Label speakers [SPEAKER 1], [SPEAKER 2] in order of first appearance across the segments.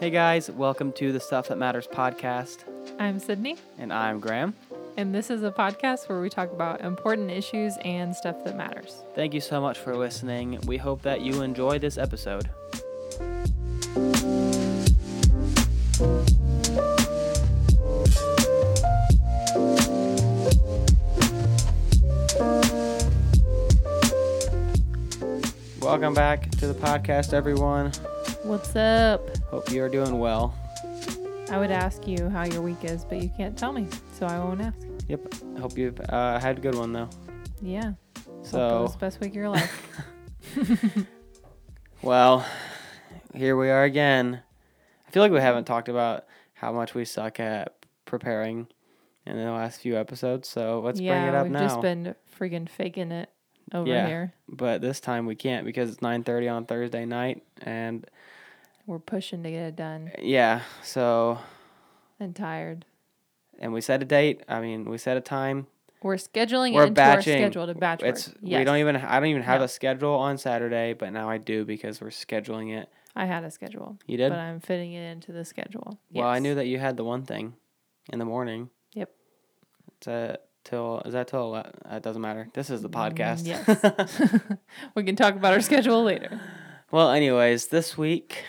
[SPEAKER 1] Hey guys, welcome to the Stuff That Matters podcast,
[SPEAKER 2] I'm Sydney,
[SPEAKER 1] and I'm Graham.
[SPEAKER 2] and this is a podcast where we talk about important issues and stuff that matters.
[SPEAKER 1] Thank you so much for listening. We hope that you enjoy this episode. Welcome back to the podcast, everyone.
[SPEAKER 2] What's up?
[SPEAKER 1] Hope you are doing well.
[SPEAKER 2] I would ask you how your week is, but you can't tell me, so I won't ask.
[SPEAKER 1] Yep. Hope you've uh, had a good one though.
[SPEAKER 2] Yeah. Hope it was
[SPEAKER 1] So,
[SPEAKER 2] the best week of your life.
[SPEAKER 1] well, here we are again. I feel like we haven't talked about how much we suck at preparing in the last few episodes, so let's
[SPEAKER 2] yeah,
[SPEAKER 1] bring it up
[SPEAKER 2] we've
[SPEAKER 1] now.
[SPEAKER 2] just been friggin' faking it over
[SPEAKER 1] Yeah.
[SPEAKER 2] here.
[SPEAKER 1] but this time we can't because it's 9:30 on Thursday night and
[SPEAKER 2] We're pushing to get it done
[SPEAKER 1] yeah, so
[SPEAKER 2] and tired.
[SPEAKER 1] and we set a date. I mean, we set a time.
[SPEAKER 2] We're scheduling
[SPEAKER 1] We're
[SPEAKER 2] it into
[SPEAKER 1] batching.
[SPEAKER 2] our schedule to batch
[SPEAKER 1] It's
[SPEAKER 2] work. Yes.
[SPEAKER 1] we don't even I don't even have
[SPEAKER 2] No.
[SPEAKER 1] a schedule on Saturday, but now I do because we're scheduling it.
[SPEAKER 2] I had a schedule,
[SPEAKER 1] You did?
[SPEAKER 2] but I'm fitting it into the schedule.
[SPEAKER 1] Well, I
[SPEAKER 2] Yes.
[SPEAKER 1] knew that you had the one thing in the morning.
[SPEAKER 2] Yep.
[SPEAKER 1] It's uh till is that till ele- uh, It doesn't matter. This is the
[SPEAKER 2] Mm,
[SPEAKER 1] podcast.
[SPEAKER 2] yes. we can talk about our schedule later.
[SPEAKER 1] well, anyways, this week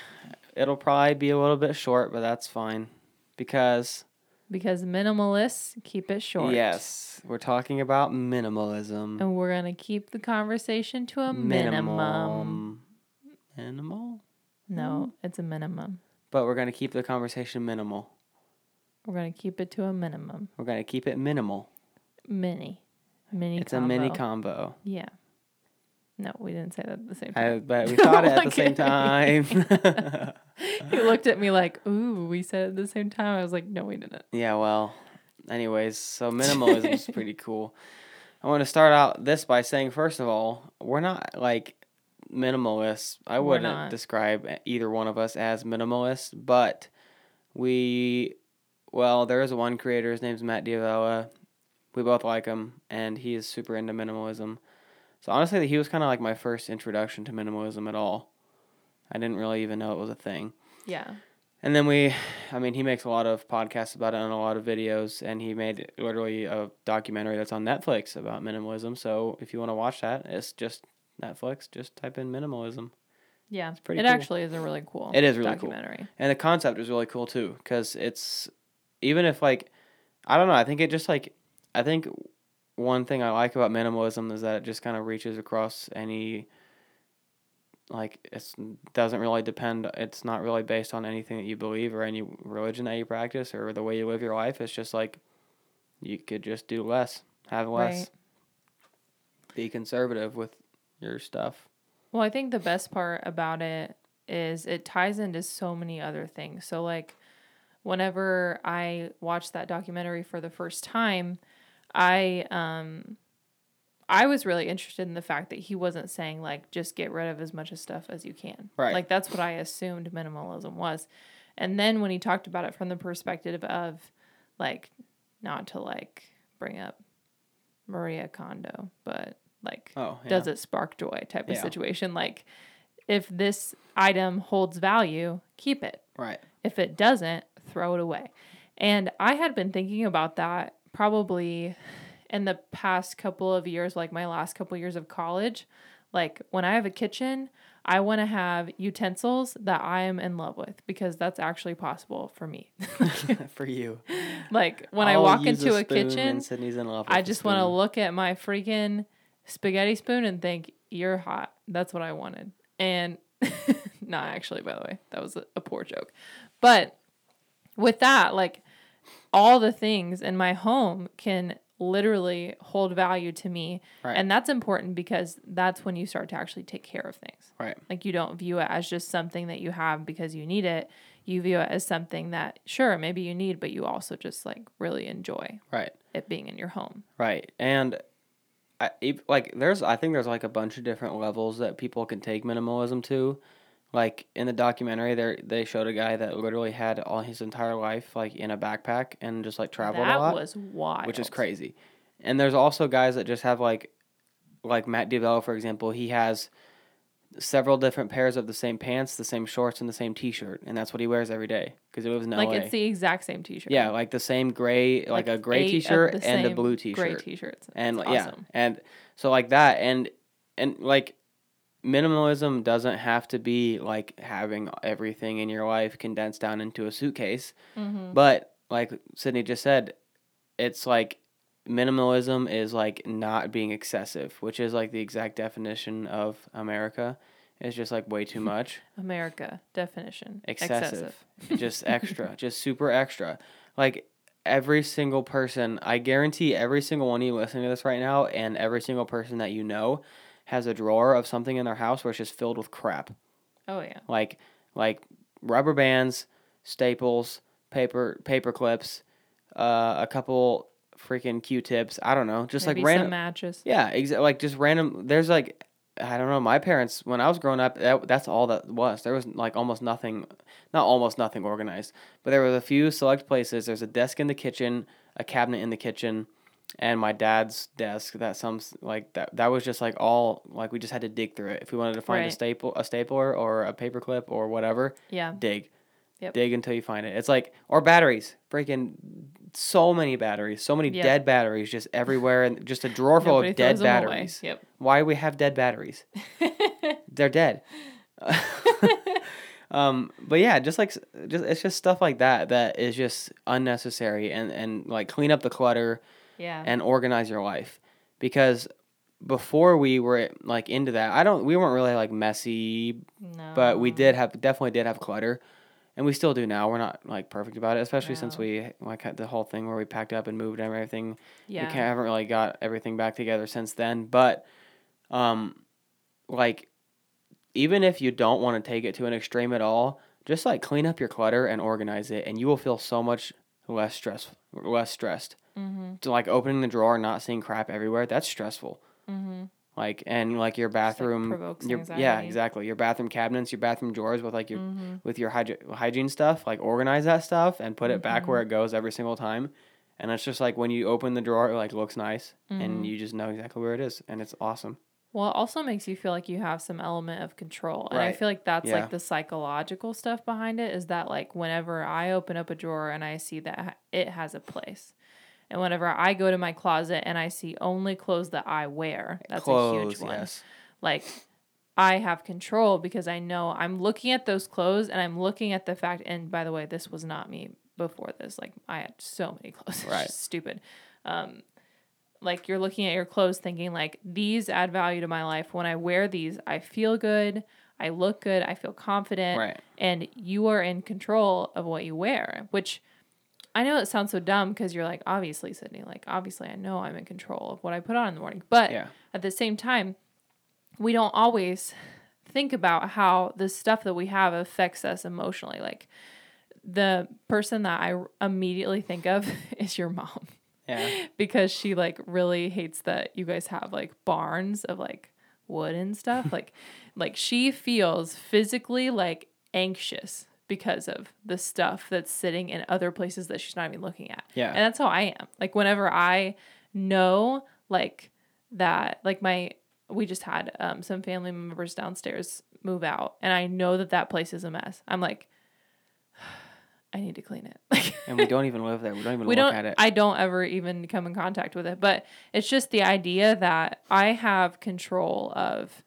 [SPEAKER 1] it'll probably be a little bit short, but that's fine because
[SPEAKER 2] Because minimalists keep it short.
[SPEAKER 1] yes, we're talking about minimalism.
[SPEAKER 2] And we're going to keep the conversation to a minimum.
[SPEAKER 1] Minimum. Minimal.
[SPEAKER 2] No, it's a minimum.
[SPEAKER 1] But we're gonna keep the conversation minimal.
[SPEAKER 2] We're going to keep it to a minimum.
[SPEAKER 1] We're gonna keep it minimal.
[SPEAKER 2] Mini. Mini
[SPEAKER 1] it's a mini
[SPEAKER 2] combo.
[SPEAKER 1] combo.
[SPEAKER 2] Yeah. No, we didn't say that at the same time.
[SPEAKER 1] I, but we thought it at the same
[SPEAKER 2] Okay.
[SPEAKER 1] time.
[SPEAKER 2] He looked at me like, ooh, we said it at the same time. I was like, no, we didn't.
[SPEAKER 1] Yeah, well, anyways, so minimalism is pretty cool. I want to start out this by saying, first of all, we're not like minimalists. I
[SPEAKER 2] We're
[SPEAKER 1] wouldn't
[SPEAKER 2] not.
[SPEAKER 1] describe e, either one of us as minimalists, but we, well, there is one creator. His name's Matt Diavella. We both like him, and he is super into minimalism. So honestly, he was kind of like my first introduction to minimalism at all. I didn't really even know it was a thing.
[SPEAKER 2] Yeah.
[SPEAKER 1] And then we, I mean, he makes a lot of podcasts about it and a lot of videos, and he made literally a documentary that's on Netflix about minimalism. So if you want to watch that, it's just Netflix. Just type in minimalism,
[SPEAKER 2] Yeah. It's
[SPEAKER 1] pretty
[SPEAKER 2] it
[SPEAKER 1] cool.
[SPEAKER 2] actually is a really cool
[SPEAKER 1] It is really cool.
[SPEAKER 2] documentary.
[SPEAKER 1] and the concept is really cool too, because it's even if like, I don't know, I think it just like, I think one thing I like about minimalism is that it just kind of reaches across any. Like it's doesn't really depend. It's not really based on anything that you believe or any religion that you practice or the way you live your life. It's just like you could just do less, have less,
[SPEAKER 2] Right.
[SPEAKER 1] be conservative with your stuff.
[SPEAKER 2] Well, I think the best part about it is it ties into so many other things. So, like, whenever I watched that documentary for the first time, I um, I was really interested in the fact that he wasn't saying like just get rid of as much of stuff as you can.
[SPEAKER 1] Right.
[SPEAKER 2] Like that's what I assumed minimalism was, and then when he talked about it from the perspective of like not to like bring up Maria Kondo, but like
[SPEAKER 1] Oh, yeah.
[SPEAKER 2] does it spark joy type of
[SPEAKER 1] Yeah.
[SPEAKER 2] situation like if this item holds value keep it
[SPEAKER 1] right?
[SPEAKER 2] if it doesn't throw it away and i had been thinking about that probably in the past couple of years like my last couple years of college like when i have a kitchen i want to have utensils that i am in love with because that's actually possible for me
[SPEAKER 1] For you,
[SPEAKER 2] like when i
[SPEAKER 1] I'll
[SPEAKER 2] walk
[SPEAKER 1] use
[SPEAKER 2] into a,
[SPEAKER 1] spoon,
[SPEAKER 2] kitchen
[SPEAKER 1] and Sydney's in love.
[SPEAKER 2] I
[SPEAKER 1] with the
[SPEAKER 2] just want to
[SPEAKER 1] spoon.
[SPEAKER 2] look at my freaking spaghetti spoon and think, you're hot. That's what I wanted. And not actually, by the way, that was a, a poor joke. But with that, like all the things in my home can literally hold value to me.
[SPEAKER 1] Right.
[SPEAKER 2] And that's important because that's when you start to actually take care of things.
[SPEAKER 1] Right.
[SPEAKER 2] Like you don't view it as just something that you have because you need it. You view it as something that, sure, maybe you need, but you also just like really enjoy
[SPEAKER 1] Right.
[SPEAKER 2] it being in your home.
[SPEAKER 1] Right. And I e- like there's I think there's like a bunch of different levels that people can take minimalism to. Like in the documentary there they showed a guy that literally had all his entire life like in a backpack and just like traveled
[SPEAKER 2] that
[SPEAKER 1] a lot,
[SPEAKER 2] was wild.
[SPEAKER 1] which is crazy. And there's also guys that just have like like Matt DiBello for example, he has several different pairs of the same pants, the same shorts, and the same T-shirt, and that's what he wears every day because he lives in
[SPEAKER 2] like
[SPEAKER 1] LA.
[SPEAKER 2] it's the exact same T-shirt.
[SPEAKER 1] yeah, like the same gray, like, a gray
[SPEAKER 2] eight of
[SPEAKER 1] T-shirt
[SPEAKER 2] the
[SPEAKER 1] and a
[SPEAKER 2] same
[SPEAKER 1] blue T-shirt,
[SPEAKER 2] Gray T-shirts.
[SPEAKER 1] and
[SPEAKER 2] That's
[SPEAKER 1] like, yeah,
[SPEAKER 2] awesome.
[SPEAKER 1] and so like that, and and like minimalism doesn't have to be like having everything in your life condensed down into a suitcase.
[SPEAKER 2] Mhm.
[SPEAKER 1] But like Sydney just said, it's like minimalism is like not being excessive, which is like the exact definition of America. It's just like way too much,
[SPEAKER 2] America definition
[SPEAKER 1] Excessive. just extra, just super extra. Like every single person, I guarantee every single one of you listening to this right now and every single person that you know has a drawer of something in their house where it's just filled with crap.
[SPEAKER 2] Oh yeah.
[SPEAKER 1] like like rubber bands, staples, paper paper clips, uh, a couple freaking Q-tips. I don't know, just
[SPEAKER 2] Maybe
[SPEAKER 1] like random.
[SPEAKER 2] some matches.
[SPEAKER 1] yeah, exactly. Like just random. There's like I don't know. My parents, when I was growing up, that, that's all that was. There was like almost nothing, not almost nothing organized, but there was a few select places. There's a desk in the kitchen, a cabinet in the kitchen. And my dad's desk, that some like that, that was just like all like we just had to dig through it if we wanted to find a
[SPEAKER 2] Right.
[SPEAKER 1] staple, a stapler, or a paperclip, or whatever
[SPEAKER 2] Yeah.
[SPEAKER 1] dig.
[SPEAKER 2] Yep.
[SPEAKER 1] Dig until you find it. It's like or batteries. Freaking so many batteries, so many
[SPEAKER 2] Yeah.
[SPEAKER 1] dead batteries just everywhere and just a drawer full
[SPEAKER 2] Nobody
[SPEAKER 1] of dead
[SPEAKER 2] throws them away.
[SPEAKER 1] batteries.
[SPEAKER 2] Yep.
[SPEAKER 1] Why we have dead batteries? They're dead. um but yeah, just like just it's just stuff like that that is just unnecessary and and like clean up the clutter
[SPEAKER 2] Yeah.
[SPEAKER 1] and organize your life because before we were like into that, I don't we weren't really like messy
[SPEAKER 2] no.
[SPEAKER 1] but we
[SPEAKER 2] Um,
[SPEAKER 1] did have definitely did have clutter and we still do now we're not like perfect about it especially since
[SPEAKER 2] No.
[SPEAKER 1] we like had the whole thing where we packed up and moved and everything we
[SPEAKER 2] Yeah.
[SPEAKER 1] can't, haven't really got everything back together since then but um like even if you don't want to take it to an extreme at all just like clean up your clutter and organize it and you will feel so much less stress less stressed
[SPEAKER 2] Mm-hmm.
[SPEAKER 1] to like opening the drawer and not seeing crap everywhere that's stressful
[SPEAKER 2] Mm-hmm.
[SPEAKER 1] like and like your bathroom
[SPEAKER 2] provokes
[SPEAKER 1] your, yeah
[SPEAKER 2] anxiety.
[SPEAKER 1] exactly your bathroom cabinets your bathroom drawers with like your
[SPEAKER 2] Mm-hmm.
[SPEAKER 1] with your hygie- hygiene stuff, like organize that stuff and put it back
[SPEAKER 2] Mm-hmm.
[SPEAKER 1] where it goes every single time. And it's just like when you open the drawer, it like looks nice
[SPEAKER 2] Mm-hmm.
[SPEAKER 1] and you just know exactly where it is and it's awesome.
[SPEAKER 2] Well, it also makes you feel like you have some element of control. And I
[SPEAKER 1] Right.
[SPEAKER 2] feel like that's
[SPEAKER 1] Yeah.
[SPEAKER 2] like the psychological stuff behind it is that like whenever I open up a drawer and I see that ha- it has a place. And whenever I go to my closet and I see only clothes that I wear, that's a huge one. Like I have control because I know I'm looking at those clothes and I'm looking at the fact and by the way, this was not me before this. Like I had so many clothes. It's
[SPEAKER 1] Right.
[SPEAKER 2] just stupid. Um like you're looking at your clothes thinking like these add value to my life. When I wear these, I feel good, I look good, I feel confident
[SPEAKER 1] Right.
[SPEAKER 2] and you are in control of what you wear, which I know it sounds so dumb because you're like, obviously, Sydney, like, obviously, I know I'm in control of what I put on in the morning. But
[SPEAKER 1] Yeah.
[SPEAKER 2] at the same time, we don't always think about how the stuff that we have affects us emotionally. Like, the person that I immediately think of is your mom
[SPEAKER 1] Yeah.
[SPEAKER 2] because she like really hates that you guys have like barns of like wood and stuff like like she feels physically like anxious because of the stuff that's sitting in other places that she's not even looking at
[SPEAKER 1] Yeah.
[SPEAKER 2] and that's how i am like whenever i know like that like my we just had um, some family members downstairs move out and i know that that place is a mess i'm like i need to clean it like
[SPEAKER 1] and we don't even live there. We don't even
[SPEAKER 2] we
[SPEAKER 1] look
[SPEAKER 2] don't
[SPEAKER 1] at it.
[SPEAKER 2] i don't ever even come in contact with it but it's just the idea that i have control of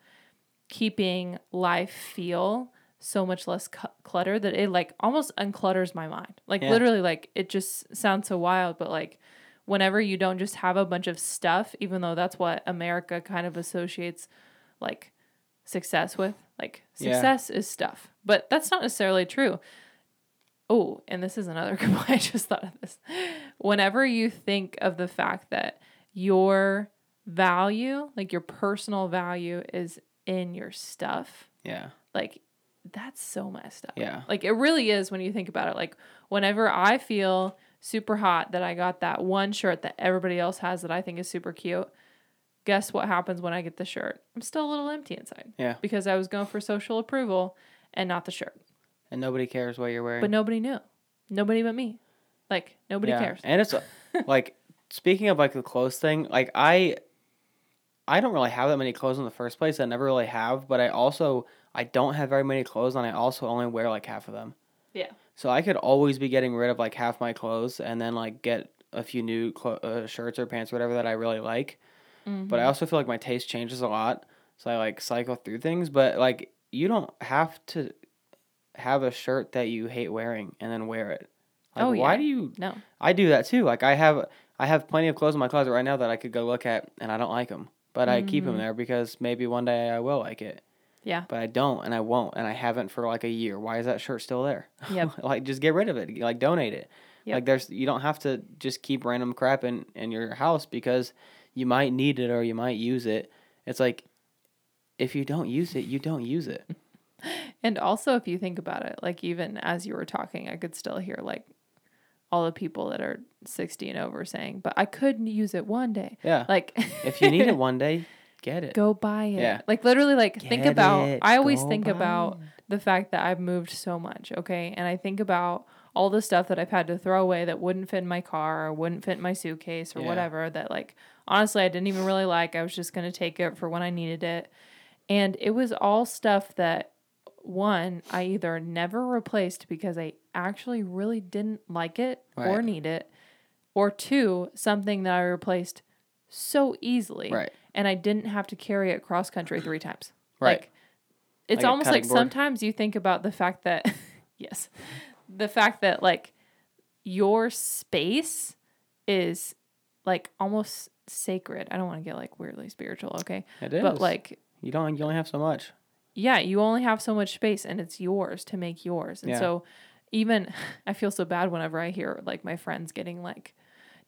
[SPEAKER 2] keeping life feel so much less cu- clutter that it like almost unclutters my mind like
[SPEAKER 1] Yeah.
[SPEAKER 2] literally like it just sounds so wild but like whenever you don't just have a bunch of stuff even though that's what america kind of associates like success with like
[SPEAKER 1] Yeah.
[SPEAKER 2] success is stuff but that's not necessarily true Oh, and this is another complaint. I just thought of this. Whenever you think of the fact that your value, like your personal value, is in your stuff,
[SPEAKER 1] yeah.
[SPEAKER 2] like that's so messed up.
[SPEAKER 1] Yeah.
[SPEAKER 2] Like it really is when you think about it. Like whenever I feel super hot that I got that one shirt that everybody else has that I think is super cute, guess what happens when I get the shirt? I'm still a little empty inside
[SPEAKER 1] Yeah.
[SPEAKER 2] because I was going for social approval and not the shirt
[SPEAKER 1] And nobody cares what you're wearing.
[SPEAKER 2] but nobody knew. Nobody but me. Like nobody
[SPEAKER 1] Yeah,
[SPEAKER 2] cares.
[SPEAKER 1] And it's like speaking of like the clothes thing, like I I don't really have that many clothes in the first place. I never really have, but I also I don't have very many clothes, and I also only wear like half of them.
[SPEAKER 2] Yeah.
[SPEAKER 1] So I could always be getting rid of like half my clothes, and then like get a few new clo- uh, shirts or pants, or whatever that I really like.
[SPEAKER 2] Mm-hmm.
[SPEAKER 1] But I also feel like my taste changes a lot, so I like cycle through things. But like you don't have to have a shirt that you hate wearing and then wear it. Like,
[SPEAKER 2] Oh,
[SPEAKER 1] Why
[SPEAKER 2] yeah.
[SPEAKER 1] do you
[SPEAKER 2] no.
[SPEAKER 1] I do that too. Like I have I have plenty of clothes in my closet right now that I could go look at and I don't like them, but I keep them there because maybe one day I will like it.
[SPEAKER 2] Mm. Yeah.
[SPEAKER 1] But I don't and I won't and I haven't for like a year. Why is that shirt still there?
[SPEAKER 2] Yep.
[SPEAKER 1] like just get rid of it. Like donate it.
[SPEAKER 2] Yep.
[SPEAKER 1] Like there's you don't have to just keep random crap in in your house because you might need it or you might use it. It's like if you don't use it, you don't use it.
[SPEAKER 2] And also, if you think about it, like even as you were talking, I could still hear like all the people that are 60 and over saying, but I could use it one day.
[SPEAKER 1] Yeah.
[SPEAKER 2] Like,
[SPEAKER 1] if you need it one day, get it.
[SPEAKER 2] go buy it.
[SPEAKER 1] Yeah.
[SPEAKER 2] Like, literally, like, think
[SPEAKER 1] Get
[SPEAKER 2] about,
[SPEAKER 1] it.
[SPEAKER 2] I always
[SPEAKER 1] Go
[SPEAKER 2] think
[SPEAKER 1] buy
[SPEAKER 2] about the fact that I've moved so much. Okay. And I think about all the stuff that I've had to throw away that wouldn't fit in my car or wouldn't fit in my suitcase or
[SPEAKER 1] Yeah.
[SPEAKER 2] whatever that, like, honestly, I didn't even really like. I was just going to take it for when I needed it. And it was all stuff that one, I either never replaced because I actually really didn't like it or
[SPEAKER 1] Right.
[SPEAKER 2] need it, or two, something that I replaced so easily.
[SPEAKER 1] Right.
[SPEAKER 2] And I didn't have to carry it cross country three times.
[SPEAKER 1] Right.
[SPEAKER 2] Like, it's
[SPEAKER 1] Like a
[SPEAKER 2] almost
[SPEAKER 1] cutting
[SPEAKER 2] like
[SPEAKER 1] board.
[SPEAKER 2] sometimes you think about the fact that, yes, the fact that like your space is like almost sacred. I don't want to get like weirdly spiritual, okay?
[SPEAKER 1] It is.
[SPEAKER 2] But like
[SPEAKER 1] you don't you only have so much.
[SPEAKER 2] yeah, you only have so much space and it's yours to make yours. And
[SPEAKER 1] Yeah.
[SPEAKER 2] so even I feel so bad whenever I hear like my friends getting like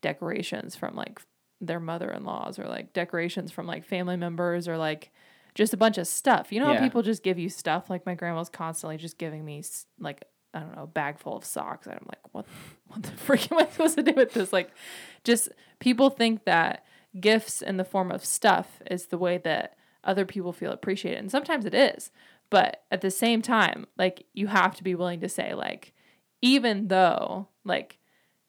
[SPEAKER 2] decorations from like their mother-in-laws or like decorations from like family members or like just a bunch of stuff. You know
[SPEAKER 1] Yeah.
[SPEAKER 2] how people just give you stuff? Like my grandma's constantly just giving me s- like I don't know, a bag full of socks. And I'm like, what what the freak am I supposed to do with this? Like just people think that gifts in the form of stuff is the way that other people feel appreciated. And sometimes it is. But at the same time, like you have to be willing to say like even though like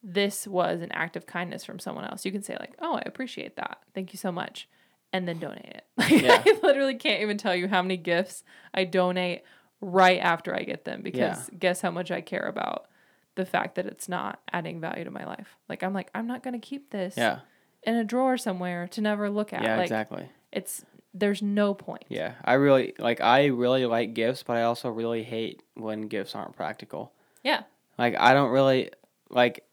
[SPEAKER 2] this was an act of kindness from someone else, you can say like, "Oh, I appreciate that. Thank you so much." And then donate it. Like
[SPEAKER 1] Yeah.
[SPEAKER 2] I literally can't even tell you how many gifts I donate right after I get them because guess how much I care about the fact that it's not adding value to my life. Like I'm like I'm not going to keep this
[SPEAKER 1] Yeah.
[SPEAKER 2] in a drawer somewhere to never look at.
[SPEAKER 1] Yeah,
[SPEAKER 2] like
[SPEAKER 1] exactly.
[SPEAKER 2] it's there's no point.
[SPEAKER 1] Yeah, I really like I really like gifts, but I also really hate when gifts aren't practical.
[SPEAKER 2] Yeah.
[SPEAKER 1] Like I don't really like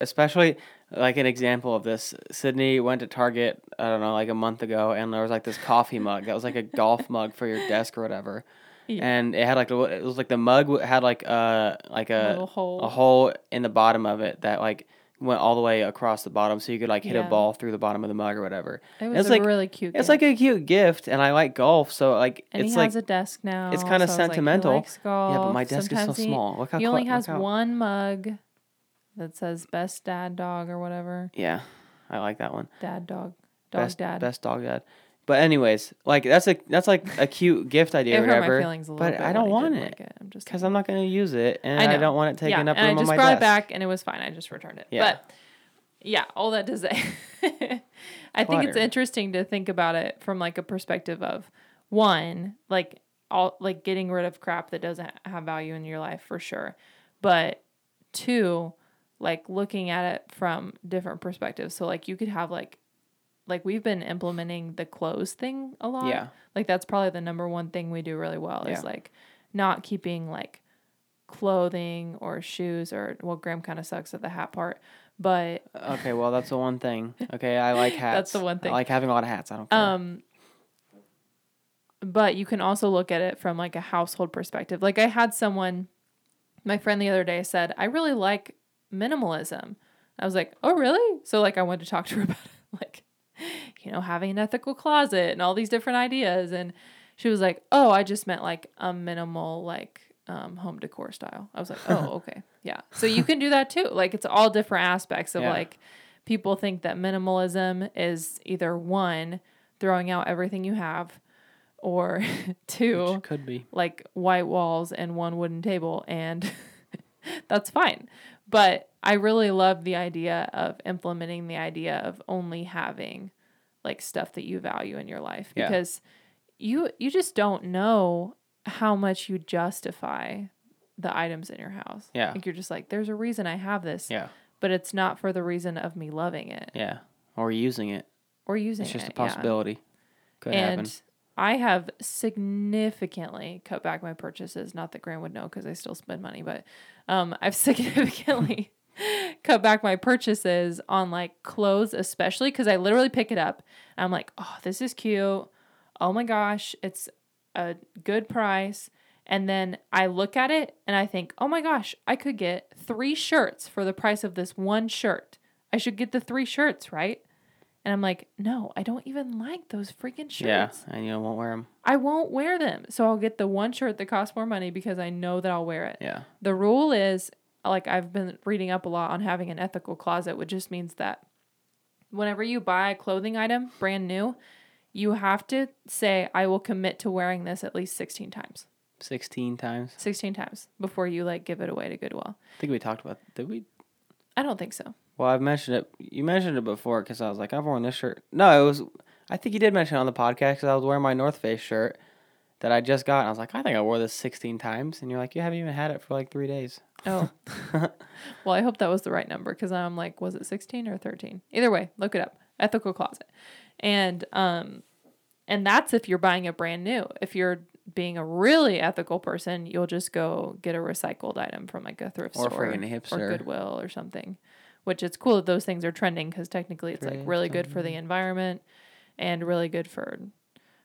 [SPEAKER 1] especially like an example of this. Sydney went to Target, I don't know, like a month ago and there was like this coffee mug that was like a golf mug for your desk or whatever.
[SPEAKER 2] Yeah.
[SPEAKER 1] And it had like a, li- it was like the mug w- had like a like a
[SPEAKER 2] Little hole.
[SPEAKER 1] Uh, a hole in the bottom of it that like went all the way across the bottom so you could like hit
[SPEAKER 2] Yeah.
[SPEAKER 1] a ball through the bottom of the mug or whatever.
[SPEAKER 2] It
[SPEAKER 1] And
[SPEAKER 2] was
[SPEAKER 1] it's
[SPEAKER 2] a
[SPEAKER 1] like
[SPEAKER 2] really cute.
[SPEAKER 1] it's
[SPEAKER 2] gift.
[SPEAKER 1] like a cute gift, and I like golf, so like
[SPEAKER 2] and
[SPEAKER 1] it's
[SPEAKER 2] he
[SPEAKER 1] like
[SPEAKER 2] has a desk now.
[SPEAKER 1] it's kinda
[SPEAKER 2] so I was like, he
[SPEAKER 1] sentimental.
[SPEAKER 2] likes
[SPEAKER 1] yeah, but my
[SPEAKER 2] golf.
[SPEAKER 1] desk is
[SPEAKER 2] Sometimes
[SPEAKER 1] so
[SPEAKER 2] he-
[SPEAKER 1] small. Look how
[SPEAKER 2] He only
[SPEAKER 1] cl-
[SPEAKER 2] has
[SPEAKER 1] look how-
[SPEAKER 2] one mug that says "Best Dad Dog" or whatever.
[SPEAKER 1] Yeah, I like that one.
[SPEAKER 2] Dad Dog. Dog
[SPEAKER 1] best
[SPEAKER 2] Dad.
[SPEAKER 1] best dog dad. But anyways, like that's a that's like a cute gift idea
[SPEAKER 2] it
[SPEAKER 1] or
[SPEAKER 2] hurt
[SPEAKER 1] whatever.
[SPEAKER 2] my feelings a little
[SPEAKER 1] but
[SPEAKER 2] bit
[SPEAKER 1] I
[SPEAKER 2] when
[SPEAKER 1] don't
[SPEAKER 2] didn't
[SPEAKER 1] want
[SPEAKER 2] like
[SPEAKER 1] it
[SPEAKER 2] I'm just
[SPEAKER 1] because I'm not gonna use it, and
[SPEAKER 2] I
[SPEAKER 1] I,
[SPEAKER 2] know.
[SPEAKER 1] don't want it taking
[SPEAKER 2] yeah,
[SPEAKER 1] up
[SPEAKER 2] and
[SPEAKER 1] room
[SPEAKER 2] I just
[SPEAKER 1] on my
[SPEAKER 2] brought
[SPEAKER 1] desk.
[SPEAKER 2] it back and it was fine. I just returned it.
[SPEAKER 1] Yeah.
[SPEAKER 2] But yeah, all that to say, I think it's
[SPEAKER 1] Clutter.
[SPEAKER 2] interesting to think about it from like a perspective of one, like all like getting rid of crap that doesn't have value in your life for sure, but two, like looking at it from different perspectives. So like you could have like like we've been implementing the clothes thing a lot.
[SPEAKER 1] Yeah.
[SPEAKER 2] Like that's probably the number one thing we do really well
[SPEAKER 1] Yeah.
[SPEAKER 2] is like not keeping like clothing or shoes or well Graham kind of sucks at the hat part, but
[SPEAKER 1] Okay, well that's the one thing. Okay, I like hats.
[SPEAKER 2] the one thing.
[SPEAKER 1] I like having a lot of hats. I don't care.
[SPEAKER 2] um but you can also look at it from like a household perspective. Like I had someone my friend the other day said, "I really like minimalism." I was like, "Oh, really?" So like I wanted to talk to her about it. like you know, having an ethical closet and all these different ideas. And she was like, Oh, I just meant like a minimal, like um, home decor style. I was like, Oh, okay. Yeah. So you can do that too. Like it's all different aspects of
[SPEAKER 1] Yeah.
[SPEAKER 2] like people think that minimalism is either one, throwing out everything you have, or two,
[SPEAKER 1] Which could be.
[SPEAKER 2] like white walls and one wooden table and that's fine but i really love the idea of implementing the idea of only having like stuff that you value in your life
[SPEAKER 1] Yeah.
[SPEAKER 2] because you you just don't know how much you justify the items in your house.
[SPEAKER 1] Yeah.
[SPEAKER 2] Like you're just like there's a reason I have this,
[SPEAKER 1] Yeah.
[SPEAKER 2] but it's not for the reason of me loving it
[SPEAKER 1] Yeah. Or using it.
[SPEAKER 2] or using
[SPEAKER 1] It's just
[SPEAKER 2] it.
[SPEAKER 1] a
[SPEAKER 2] yeah.
[SPEAKER 1] possibility. Could
[SPEAKER 2] and
[SPEAKER 1] happen.
[SPEAKER 2] I have significantly cut back my purchases. Not that Graham would know because I still spend money, but um, I've significantly cut back my purchases on like clothes, especially because I literally pick it up. And I'm like, oh, this is cute. Oh my gosh, it's a good price. And then I look at it and I think, oh my gosh, I could get three shirts for the price of this one shirt. I should get the three shirts, right? And I'm like, no, I don't even like those freaking shirts.
[SPEAKER 1] Yeah. And you know, won't wear them.
[SPEAKER 2] I won't wear them. So I'll get the one shirt that costs more money because I know that I'll wear it.
[SPEAKER 1] Yeah.
[SPEAKER 2] The rule is like I've been reading up a lot on having an ethical closet, which just means that whenever you buy a clothing item brand new, you have to say, I will commit to wearing this at least 16 times.
[SPEAKER 1] 16 times.
[SPEAKER 2] 16 times before you like give it away to Goodwill.
[SPEAKER 1] I think we talked about Did we?
[SPEAKER 2] I don't think so.
[SPEAKER 1] Well, I've mentioned it. You mentioned it before because I was like, I've worn this shirt. No, it was. I think you did mention it on the podcast because I was wearing my North Face shirt that I just got. And I was like, I think I wore this 16 times. And you're like, you haven't even had it for like three days.
[SPEAKER 2] Oh. well, I hope that was the right number because I'm like, was it 16 or 13? Either way, look it up. Ethical closet. And um and that's if you're buying it brand new. If you're being a really ethical person, you'll just go get a recycled item from like a thrift
[SPEAKER 1] Or
[SPEAKER 2] store
[SPEAKER 1] friggin'
[SPEAKER 2] or
[SPEAKER 1] hipster.
[SPEAKER 2] Goodwill or something. Which it's cool that those things are trending because technically it's like
[SPEAKER 1] Thrift
[SPEAKER 2] really good for the environment and really good for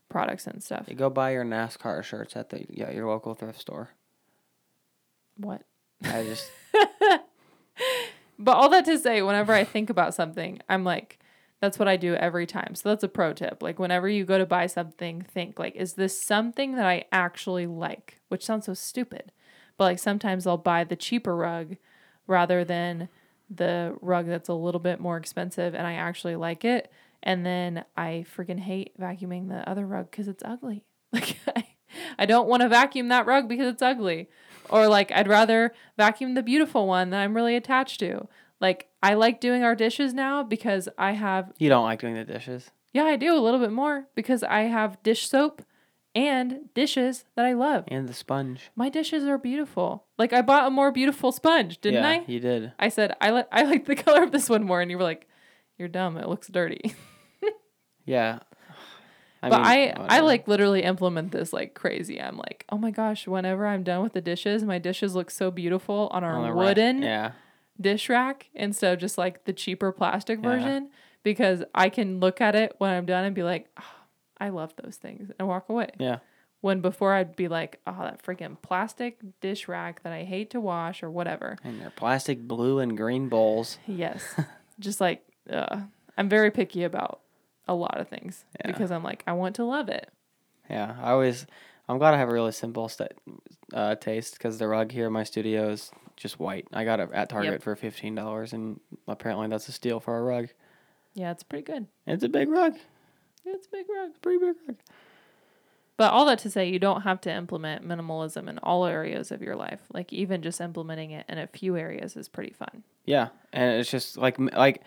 [SPEAKER 2] products and stuff.
[SPEAKER 1] You go buy your NASCAR shirts at the yeah your local thrift store.
[SPEAKER 2] What?
[SPEAKER 1] I just
[SPEAKER 2] But all that to say, whenever I think about something, I'm like, that's what I do every time. So that's a pro tip. Like whenever you go to buy something, think like, is this something that I actually like? Which sounds so stupid. But like sometimes I'll buy the cheaper rug rather than the rug that's a little bit more expensive and I actually like it. And then I freaking hate vacuuming the other rug because it's ugly. Like I, I don't want to vacuum that rug because it's ugly. Or like I'd rather vacuum the beautiful one that I'm really attached to. Like I like doing our dishes now because I have
[SPEAKER 1] you don't like doing the dishes.
[SPEAKER 2] yeah, I do a little bit more because I have dish soap and dishes that I love.
[SPEAKER 1] And the sponge.
[SPEAKER 2] My dishes are beautiful. Like I bought a more beautiful sponge, didn't
[SPEAKER 1] yeah,
[SPEAKER 2] I?
[SPEAKER 1] You did.
[SPEAKER 2] I said I li- I like the color of this one more, and you were like, "You're dumb. It looks dirty."
[SPEAKER 1] Yeah. I
[SPEAKER 2] but
[SPEAKER 1] mean,
[SPEAKER 2] I I
[SPEAKER 1] whatever.
[SPEAKER 2] like literally implement this like crazy. I'm like, oh my gosh, whenever I'm done with the dishes, my dishes look so beautiful on our
[SPEAKER 1] On the rack.
[SPEAKER 2] wooden
[SPEAKER 1] Yeah.
[SPEAKER 2] dish rack instead of just like the cheaper plastic
[SPEAKER 1] Yeah.
[SPEAKER 2] version because I can look at it when I'm done and be like, "Ah, I love those things and walk away.
[SPEAKER 1] Yeah.
[SPEAKER 2] When before I'd be like, oh, that freaking plastic dish rack that I hate to wash or whatever.
[SPEAKER 1] And they're plastic blue and green bowls.
[SPEAKER 2] Yes. just like uh, I'm very picky about a lot of things
[SPEAKER 1] Yeah.
[SPEAKER 2] because I'm like I want to love it.
[SPEAKER 1] Yeah, I always. I'm glad I have a really simple st- uh, taste because the rug here in my studio is just white. I got it at Target for fifteen dollars, and apparently that's a steal for a rug.
[SPEAKER 2] Yeah, it's pretty good.
[SPEAKER 1] It's a big rug,
[SPEAKER 2] It's a big rug.
[SPEAKER 1] pretty big rug.
[SPEAKER 2] But all that to say, you don't have to implement minimalism in all areas of your life. Like even just implementing it in a few areas is pretty fun.
[SPEAKER 1] Yeah, and it's just like m- like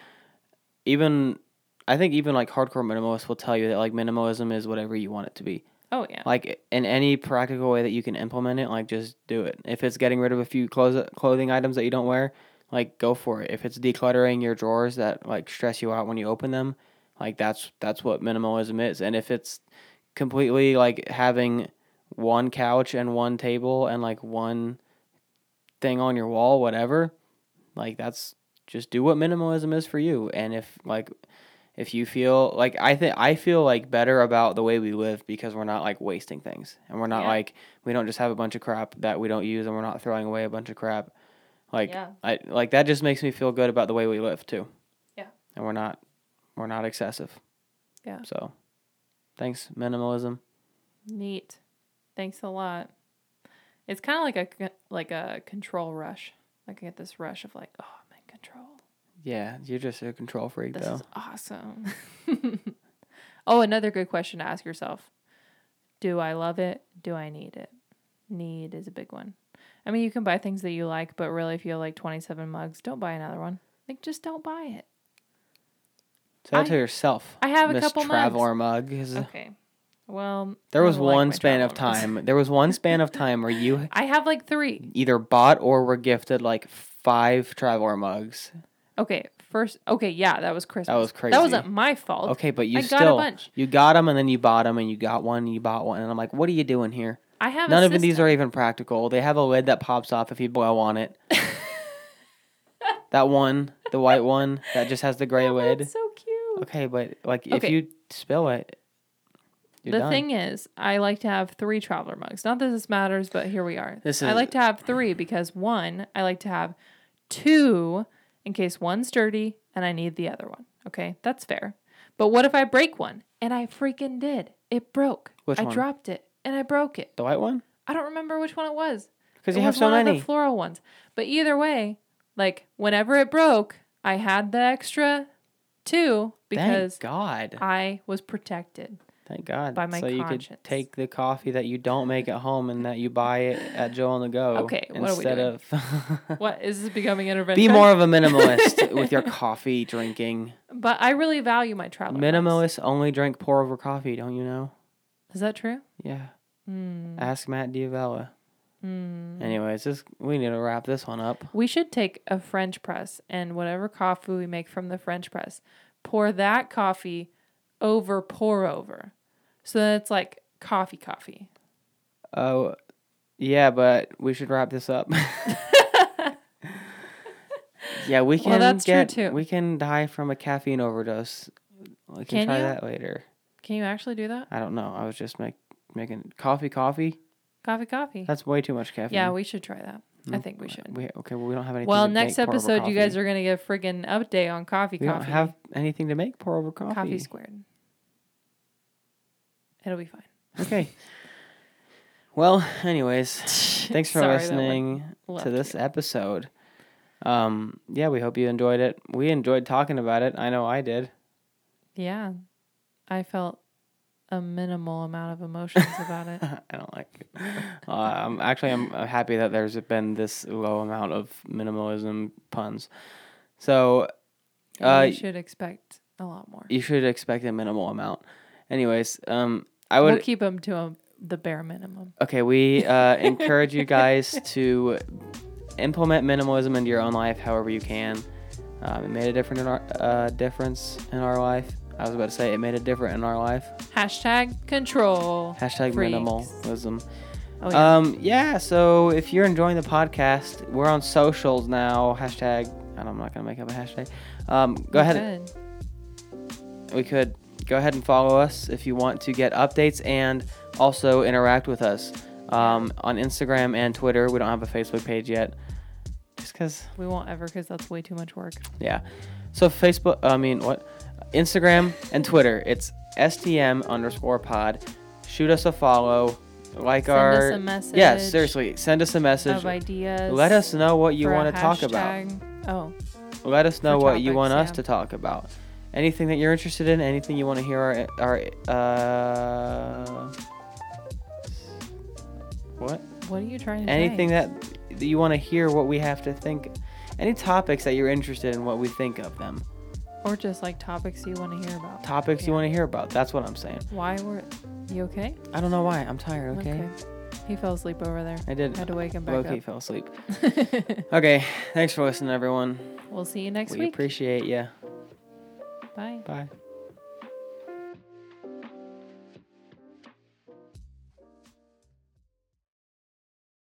[SPEAKER 1] even I think even like hardcore minimalists will tell you that like minimalism is whatever you want it to be.
[SPEAKER 2] Oh yeah.
[SPEAKER 1] Like in any practical way that you can implement it, like just do it. If it's getting rid of a few clothes, clothing items that you don't wear, like go for it. If it's decluttering your drawers that like stress you out when you open them, like that's that's what minimalism is. And if it's completely like having one couch and one table and like one thing on your wall, whatever, like that's just do what minimalism is for you. And if like if you feel like I think I feel like better about the way we live because we're not like wasting things and we're not
[SPEAKER 2] Yeah.
[SPEAKER 1] like we don't just have a bunch of crap that we don't use and we're not throwing away a bunch of crap. Like
[SPEAKER 2] Yeah.
[SPEAKER 1] I like that just makes me feel good about the way we live too.
[SPEAKER 2] Yeah.
[SPEAKER 1] And we're not we're not excessive.
[SPEAKER 2] Yeah.
[SPEAKER 1] So thanks minimalism.
[SPEAKER 2] Neat. Thanks a lot. It's kind of like a c- like a control rush. Like I get this rush of like, oh, I'm in control.
[SPEAKER 1] Yeah, you're just a control freak
[SPEAKER 2] This
[SPEAKER 1] though.
[SPEAKER 2] is awesome. oh, another good question to ask yourself. Do I love it? Do I need it? Need is a big one. I mean, you can buy things that you like, but really if you like 27 mugs, don't buy another one. Like just don't buy it.
[SPEAKER 1] Tell
[SPEAKER 2] I-
[SPEAKER 1] that to yourself.
[SPEAKER 2] I have a
[SPEAKER 1] Miss
[SPEAKER 2] couple
[SPEAKER 1] Traveler mugs.
[SPEAKER 2] Okay. Well,
[SPEAKER 1] There
[SPEAKER 2] I
[SPEAKER 1] was
[SPEAKER 2] don't like
[SPEAKER 1] one
[SPEAKER 2] my
[SPEAKER 1] span of
[SPEAKER 2] travel mugs.
[SPEAKER 1] time. There was one span of time where you
[SPEAKER 2] I have like three.
[SPEAKER 1] either bought or were gifted like five Traveler mugs.
[SPEAKER 2] Okay, first. Okay, yeah, that was Christmas.
[SPEAKER 1] crazy.
[SPEAKER 2] That wasn't my fault.
[SPEAKER 1] Okay, but you
[SPEAKER 2] I
[SPEAKER 1] still
[SPEAKER 2] got a bunch.
[SPEAKER 1] you got them and then you bought them and you got one and you bought one and I'm like, what are you doing here?
[SPEAKER 2] I have
[SPEAKER 1] None
[SPEAKER 2] a
[SPEAKER 1] of these
[SPEAKER 2] system.
[SPEAKER 1] are even practical. They have a lid that pops off if you blow on it. that one, the white one that just has the gray
[SPEAKER 2] Oh,
[SPEAKER 1] lid.
[SPEAKER 2] That's so cute.
[SPEAKER 1] Okay, but like if
[SPEAKER 2] Okay.
[SPEAKER 1] you spill it, you're
[SPEAKER 2] the
[SPEAKER 1] done.
[SPEAKER 2] thing is, I like to have three traveler mugs. Not that this matters, but here we are.
[SPEAKER 1] This
[SPEAKER 2] I
[SPEAKER 1] is-
[SPEAKER 2] like to have three because one, I like to have two in case one's dirty and I need the other one. Okay, that's fair. But what if I break one? And I freaking did. It broke.
[SPEAKER 1] Which
[SPEAKER 2] I
[SPEAKER 1] one?
[SPEAKER 2] dropped it and I broke it.
[SPEAKER 1] the white one?
[SPEAKER 2] I don't remember which one it was.
[SPEAKER 1] Because
[SPEAKER 2] It
[SPEAKER 1] you have
[SPEAKER 2] was
[SPEAKER 1] so
[SPEAKER 2] one of
[SPEAKER 1] many.
[SPEAKER 2] the floral ones. But either way, like whenever it broke, I had the extra two because
[SPEAKER 1] Thank God.
[SPEAKER 2] I was protected.
[SPEAKER 1] Thank God.
[SPEAKER 2] by my
[SPEAKER 1] so you
[SPEAKER 2] conscience.
[SPEAKER 1] could take the coffee that you don't make at home and that you buy it at Joe on the Go.
[SPEAKER 2] Okay, what are we
[SPEAKER 1] instead
[SPEAKER 2] doing?
[SPEAKER 1] of
[SPEAKER 2] What is this becoming intervention?
[SPEAKER 1] be more of a minimalist with your coffee drinking.
[SPEAKER 2] But I really value my travel. Minimalist.
[SPEAKER 1] Minimalists only drink pour over coffee, don't you know?
[SPEAKER 2] Is that true?
[SPEAKER 1] Yeah.
[SPEAKER 2] Hmm.
[SPEAKER 1] Ask Matt Diavella. Anyways, this we need to wrap this one up.
[SPEAKER 2] We should take a French press and whatever coffee we make from the French press, pour that coffee over pour over, so that it's like coffee coffee.
[SPEAKER 1] Oh, yeah, but we should wrap this up. yeah, we can.
[SPEAKER 2] Well, that's true,
[SPEAKER 1] get,
[SPEAKER 2] too.
[SPEAKER 1] We can die from a caffeine overdose. We can,
[SPEAKER 2] Can
[SPEAKER 1] try
[SPEAKER 2] you?
[SPEAKER 1] that later.
[SPEAKER 2] Can you actually do that?
[SPEAKER 1] I don't know. I was just make, making coffee. Coffee.
[SPEAKER 2] Coffee coffee.
[SPEAKER 1] That's Mm, way too much caffeine.
[SPEAKER 2] yeah, we should try that. I think we should.
[SPEAKER 1] We, okay, well, we don't have anything.
[SPEAKER 2] Well,
[SPEAKER 1] to
[SPEAKER 2] next
[SPEAKER 1] make pour over
[SPEAKER 2] episode, you guys
[SPEAKER 1] coffee.
[SPEAKER 2] are gonna get a friggin' update on coffee
[SPEAKER 1] We
[SPEAKER 2] coffee.
[SPEAKER 1] don't have anything to make pour over coffee.
[SPEAKER 2] coffee squared. It'll be fine.
[SPEAKER 1] Okay. Well, anyways, thanks for
[SPEAKER 2] Sorry, that went
[SPEAKER 1] listening
[SPEAKER 2] left
[SPEAKER 1] to this
[SPEAKER 2] here.
[SPEAKER 1] episode. Um, yeah, we hope you enjoyed it. We enjoyed talking about it. I know I did.
[SPEAKER 2] Yeah. I felt a minimal amount of emotions about it.
[SPEAKER 1] I don't like it. Uh, I'm actually I'm, I'm happy that there's been this low amount of minimalism puns. So
[SPEAKER 2] I
[SPEAKER 1] Uh,
[SPEAKER 2] you should expect a lot more.
[SPEAKER 1] you should expect a minimal amount. Anyways, um, I would
[SPEAKER 2] We'll keep them to a, the bare minimum.
[SPEAKER 1] Okay, we uh, encourage you guys to implement minimalism into your own life however you can. Um, it made a different in our, uh, difference in our life. I was about to say it made a difference in our life.
[SPEAKER 2] Hashtag control.
[SPEAKER 1] Hashtag
[SPEAKER 2] freaks.
[SPEAKER 1] minimalism.
[SPEAKER 2] Oh, yeah.
[SPEAKER 1] Um, yeah, so if you're enjoying the podcast, we're on socials now. Hashtag, and I'm not going to make up a hashtag. Um, go ahead.
[SPEAKER 2] Good.
[SPEAKER 1] we could go ahead and follow us if you want to get updates and also interact with us um, on Instagram and Twitter. We don't have a Facebook page yet, just because.
[SPEAKER 2] We won't ever because that's way too much work.
[SPEAKER 1] Yeah. So Facebook, I mean what? Instagram and Twitter. It's STM underscore pod. Shoot us a follow. Like
[SPEAKER 2] Send
[SPEAKER 1] our
[SPEAKER 2] us a message
[SPEAKER 1] yeah, seriously, send us a message.
[SPEAKER 2] Of ideas.
[SPEAKER 1] Let us know what you
[SPEAKER 2] for a
[SPEAKER 1] want to talk about.
[SPEAKER 2] hashtag. Oh,
[SPEAKER 1] Let us know
[SPEAKER 2] for
[SPEAKER 1] what you
[SPEAKER 2] topics,
[SPEAKER 1] want us
[SPEAKER 2] yeah.
[SPEAKER 1] to talk about. Anything that you're interested in, anything you want to hear our, our uh, what?
[SPEAKER 2] what are you trying to
[SPEAKER 1] Anything
[SPEAKER 2] say?
[SPEAKER 1] that that you want to hear what we have to think, any topics that you're interested in, what we think of them,
[SPEAKER 2] Or just like topics you want to hear about.
[SPEAKER 1] topics you
[SPEAKER 2] Yeah.
[SPEAKER 1] want to hear about. That's what I'm saying.
[SPEAKER 2] Why were you okay?
[SPEAKER 1] I don't know why. I'm tired. Okay,
[SPEAKER 2] He fell asleep over there.
[SPEAKER 1] I did.
[SPEAKER 2] Had to wake him back
[SPEAKER 1] Loki fell asleep. Okay, thanks for listening, everyone.
[SPEAKER 2] up. we'll see you next
[SPEAKER 1] we
[SPEAKER 2] week.
[SPEAKER 1] appreciate you.
[SPEAKER 2] Bye.
[SPEAKER 1] Bye.